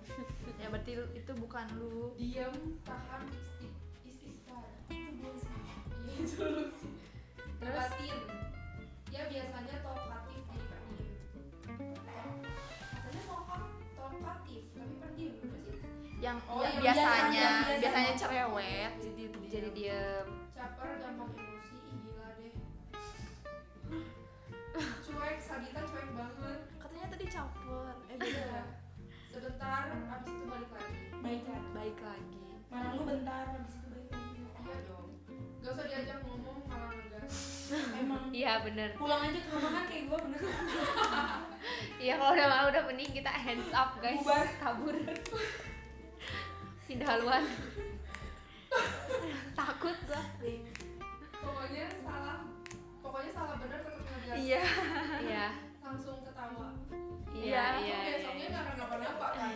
ya berarti itu bukan lu Diam, tahan, isti- istighfar Itu gue sih Iya itu lu sih terus Tempatin. Ya biasanya talkatif jadi pendiam. Katanya talka- talkatif tapi pendiam gimana sih? yang, Oh, yang yang biasanya biasanya- biasanya cerewet jadi jadi diem Caper gampang emosi, ih gila deh. cuek, Sagita cuek banget. katanya tadi caper Iya. eh beda Sebentar, abis itu balik lagi. Baiklah. baik lagi Marah lu bentar habis itu balik lagi. Iya dong. Gak usah diajak ngomong malah ngegas. Emang iya bener pulang aja ke rumah kan kayak gue bener. iya kalau udah mau udah mending kita hands up guys Bubar. kabur pindah haluan takut gua Pokoknya salah, pokoknya salah bener tetap ngegas. iya iya Langsung ketawa. iya Iya, Eh. iya Terus iya. besoknya nggak akan kenapa-napa kan?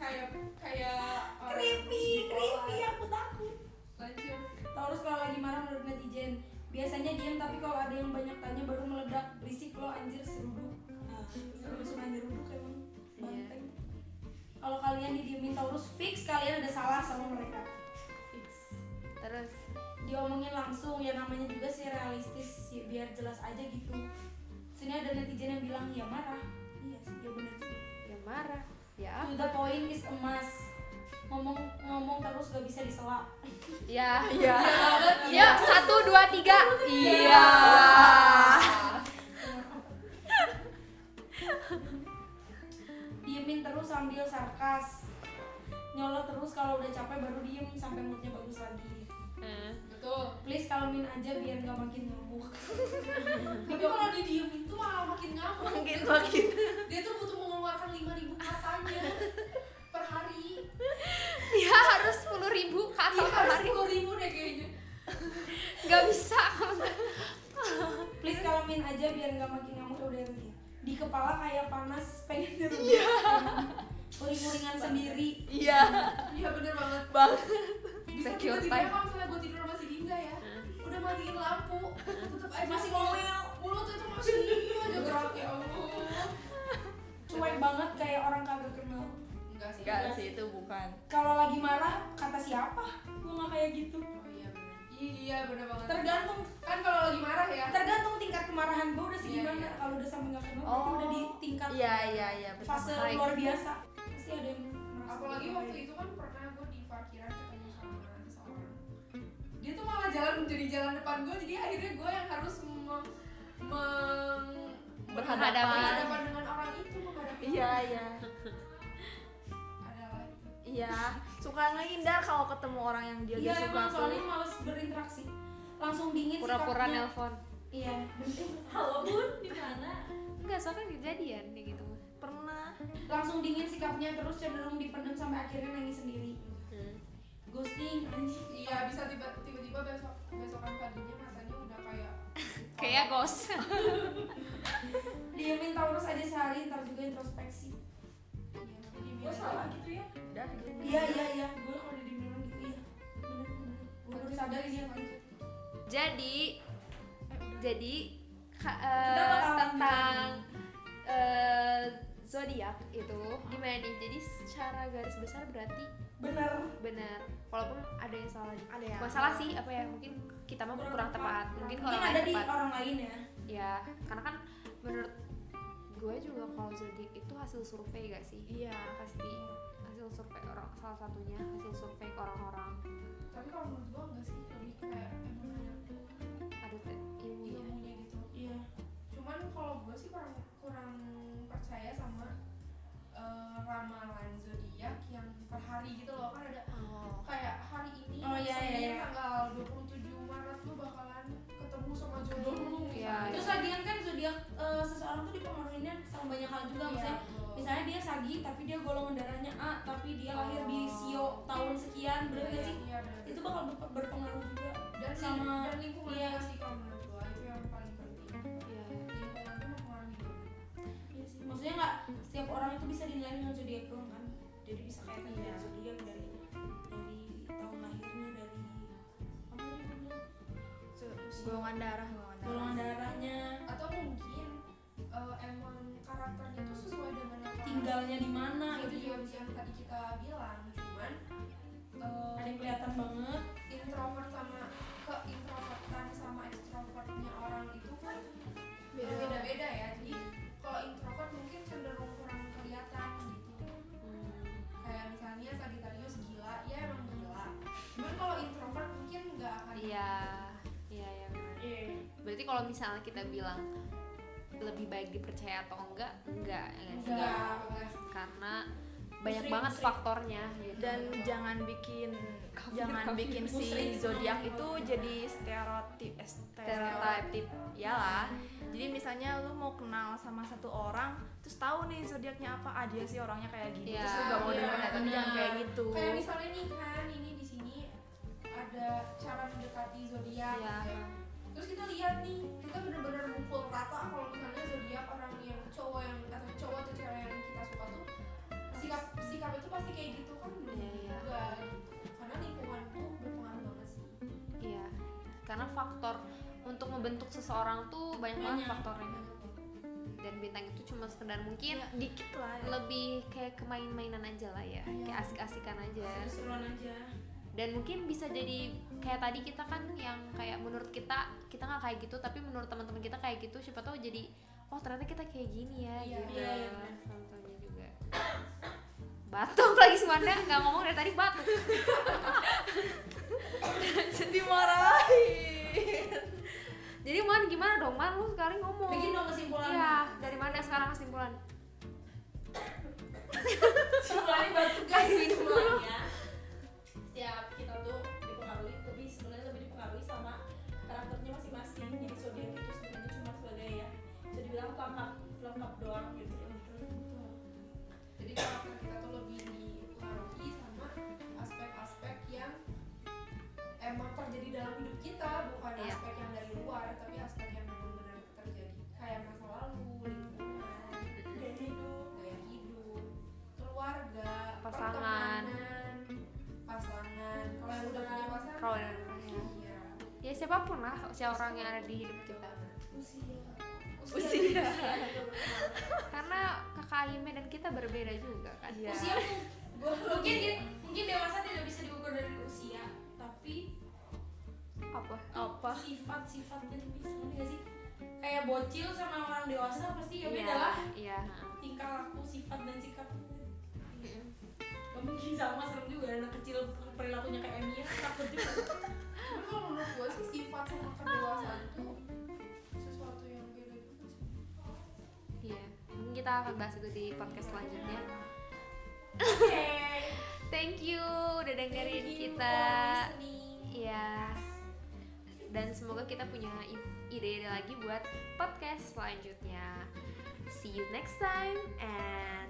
Kayak kayak orang- gitu Creepy, creepy aku takut. Lanjut. Taurus kalau lagi marah menurut netizen biasanya diam tapi kalau ada yang banyak tanya baru meledak berisik lo anjir seruduk. Nah, seru suka anjir seruduk emang. Banteng. Kalau kalian didiemin Taurus fix kalian ada salah sama mereka. Fix. terus diomongin langsung ya namanya juga sih realistis sih, biar jelas aja gitu sini ada netizen yang bilang ya marah iya sih ya benar ya marah ya to the point is emas ngomong ngomong terus gak bisa disela ya iya ya satu dua tiga iya diemin terus sambil sarkas nyolot terus kalau udah capek baru diem sampai moodnya bagus lagi Eh, Betul. please kalmin aja biar gak makin ngamuk Tapi kalau didiemin tuh malah makin ngamuk. makin makin Dia tuh butuh mengeluarkan 5000 katanya per hari. ya harus sepuluh ribu kata Iya, per harus hari 10.000 deh kayaknya. nggak bisa please kalmin aja biar gak makin ngamuk udah nanti di kepala kayak panas pengen nyeruduk kuring-kuringan sendiri iya Iya bener banget. bang Bisa Secure tiba-tiba time. kalau misalnya gue tidur sama si Dinda ya. Eh. Udah matiin lampu, tutup aja Masih mulut. ngomel. Mulut itu masih aja gerak ya Allah. cuek banget kayak orang kagak kenal Enggak sih. enggak sih itu bukan kalau lagi marah kata siapa gua nggak kayak gitu Oh iya bener. Iya bener banget. tergantung kan kalau lagi marah ya. tergantung tingkat kemarahan gua udah segimana Iya, iya. kalau udah sampai nggak kenal berarti Oh. udah di tingkat iya iya iya betul fase baik. luar biasa pasti ada yang merasa Apalagi kayak gitu. waktu itu kan pernah gue di parkiran ketemu sama seorang Dia tuh malah jalan menjadi jalan depan gue Jadi akhirnya gue yang harus me- meng- Berhadapan. berhadapan dengan orang itu Menghadapi Iya, iya. Ada lagi. Iya, suka ngehindar kalau ketemu orang yang dia iya gak suka emang tuh. soalnya males berinteraksi langsung dingin pura-pura sikapnya. nelpon iya bener. Halo bun, di mana? enggak soalnya nggak jadian ya gitu mah Pernah. langsung dingin sikapnya terus cenderung dipendam sampai akhirnya nangis sendiri ghosting anjing. Iya bisa tiba- tiba-tiba besok besokan paginya matanya udah kayak kayak gos diemin Taurus aja sehari ntar juga introspeksi Iya, tapi dia Gue bilang- salah gitu ya? Udah gitu. iya iya iya gue kalau dibilang gitu iya bener bener gue baru Lanjut, sadar guys, ini apa lanjut. jadi jadi ka- eh, Kita bakal tentang eh, zodiak itu gimana nih jadi secara garis besar berarti bener benar walaupun ada yang salah juga. Ada yang bukan salah sih apa ya mungkin kita mah kurang tepat mungkin kalau mungkin lain ada di tepat orang lain ya ya karena kan menurut gue juga kalau zodiak itu hasil survei gak sih Iya. pasti hasil survei orang salah satunya hasil survei ke orang-orang Tapi kalau menurut gue enggak sih, lebih kayak emang ada ada te- ilmunya ilmunya gitu. iya Cuman kalau gue sih kurang kurang percaya sama eh, ramalan zodiak yang per hari gitu loh kan ada Oh. kayak hari ini Oh, iya, iya, Senin iya. tanggal 27 Maret lu bakalan ketemu sama jodoh lu Iya, misalnya. terus lagian kan zodiak eh, seseorang tuh dipengaruhinya sama banyak hal Iya. juga misalnya betul. misalnya dia Sagi tapi dia golongan darahnya A tapi dia lahir di Sio tahun sekian Iya, bener gak sih iya, bener. itu bakal ber- berpengaruh juga dan sama sama- dan lingkungan iya. juga sih kalau menurut gua itu yang paling penting Iya. lingkungan tuh mempengaruhi banget Iya sih. maksudnya nggak setiap orang itu bisa dinilai dengan zodiak doang kan jadi bisa kaitan Iya. dari zodiak dari dari tahun lahirnya dari apa tadi gue bilang? Hmm. Golongan darah, golongan darah. golongan darahnya atau mungkin eh, emang karakternya tuh sesuai dengan apa tinggalnya di mana Nah, itu gitu juga bisa yang tadi kita bilang cuman eh, ada yang kelihatan banget introvert sama keintrovertan sama ekstrovertnya orang itu kan Beda. beda-beda ya jadi kalau introvert mungkin cenderung kurang kelihatan gitu Hmm, kayak misalnya Sagittarius gila ya emang gila cuman kalau introvert mungkin nggak akan iya iya iya benar iya berarti kalau misalnya kita bilang lebih baik dipercaya atau enggak enggak ya nggak sih? Enggak. karena banyak Musrik, banget musrik. faktornya gitu dan jangan bikin Kafir, jangan kafir. bikin Muslim. si zodiak itu jadi stereotip eh, Stereotip. stereotip iyalah jadi misalnya lu mau kenal sama satu orang terus tahu nih zodiaknya apa ah dia sih orangnya kayak gini Iya. terus lu gak mau Iya, denger tapi jangan benar. kayak gitu kayak misalnya nih kan ini di sini ada cara mendekati zodiak Iya. gitu ya. terus kita lihat nih kita bener-bener mukul rata kalau misalnya zodiak orang yang cowok yang atau cowok atau cewek yang kita suka tuh sikap sikap itu pasti kayak gitu kan belum Iya, iya. juga gitu. karena lingkungan tuh berpengaruh banget sih iya karena faktor untuk membentuk seseorang tuh banyak banget Banyak. faktornya dan bintang itu cuma sekedar mungkin dikit lah ya. lebih kayak kemain-mainan aja lah ya kayak asik-asikan aja seruan aja dan mungkin bisa jadi kayak tadi kita kan yang kayak menurut kita kita nggak kayak gitu tapi menurut teman-teman kita kayak gitu siapa tahu jadi oh ternyata kita kayak gini ya Iya, gitu iya, iya. contohnya juga batuk lagi semuanya nggak ngomong dari tadi batuk jadi marahin jadi man gimana dong man lu sekali ngomong bikin dong kesimpulan iya dari mana sekarang kesimpulan Kecuali batu guys semuanya. Setiap kita tuh dipengaruhi lebih sebenarnya lebih dipengaruhi sama karakternya masing-masing. Jadi zodiak itu sebenarnya cuma sebagai ya bisa dibilang pelengkap pelengkap doang gitu. Iya, jadi karakter kita tuh lebih dipengaruhi sama aspek-aspek yang emang terjadi dalam hidup kita bukan Iya. aspek yang dari luar tapi aspek yang memang benar terjadi kayak masa lalu lingkungan Kayak hidup. gaya hidup keluarga Pasangan. pertemanan, pasangan kalau yang udah punya pasangan Kalau yang udah punya. iya ya siapapun lah siapa orang yang ada di hidup kita usia usia karena kakak Aime dan kita berbeda juga kan Iya. usia mu- mungkin dia- mungkin dewasa tidak bisa diukur dari usia tapi apa apa sifat-sifatnya tuh bisa ngerti gak sih kayak bocil sama orang dewasa pasti ya Iya, beda lah iya heeh. tingkah laku sifat dan sikap Gak mungkin sama serem juga anak kecil perilakunya kayak Emia takut juga tapi kalau menurut gue sih sifat sama kedewasaan tuh sesuatu yang beda juga sih Iya, mungkin kita akan bahas itu di podcast selanjutnya. Thank you udah dengerin kita. Iya. Dan semoga kita punya i- ide-ide lagi buat podcast selanjutnya. See you next time and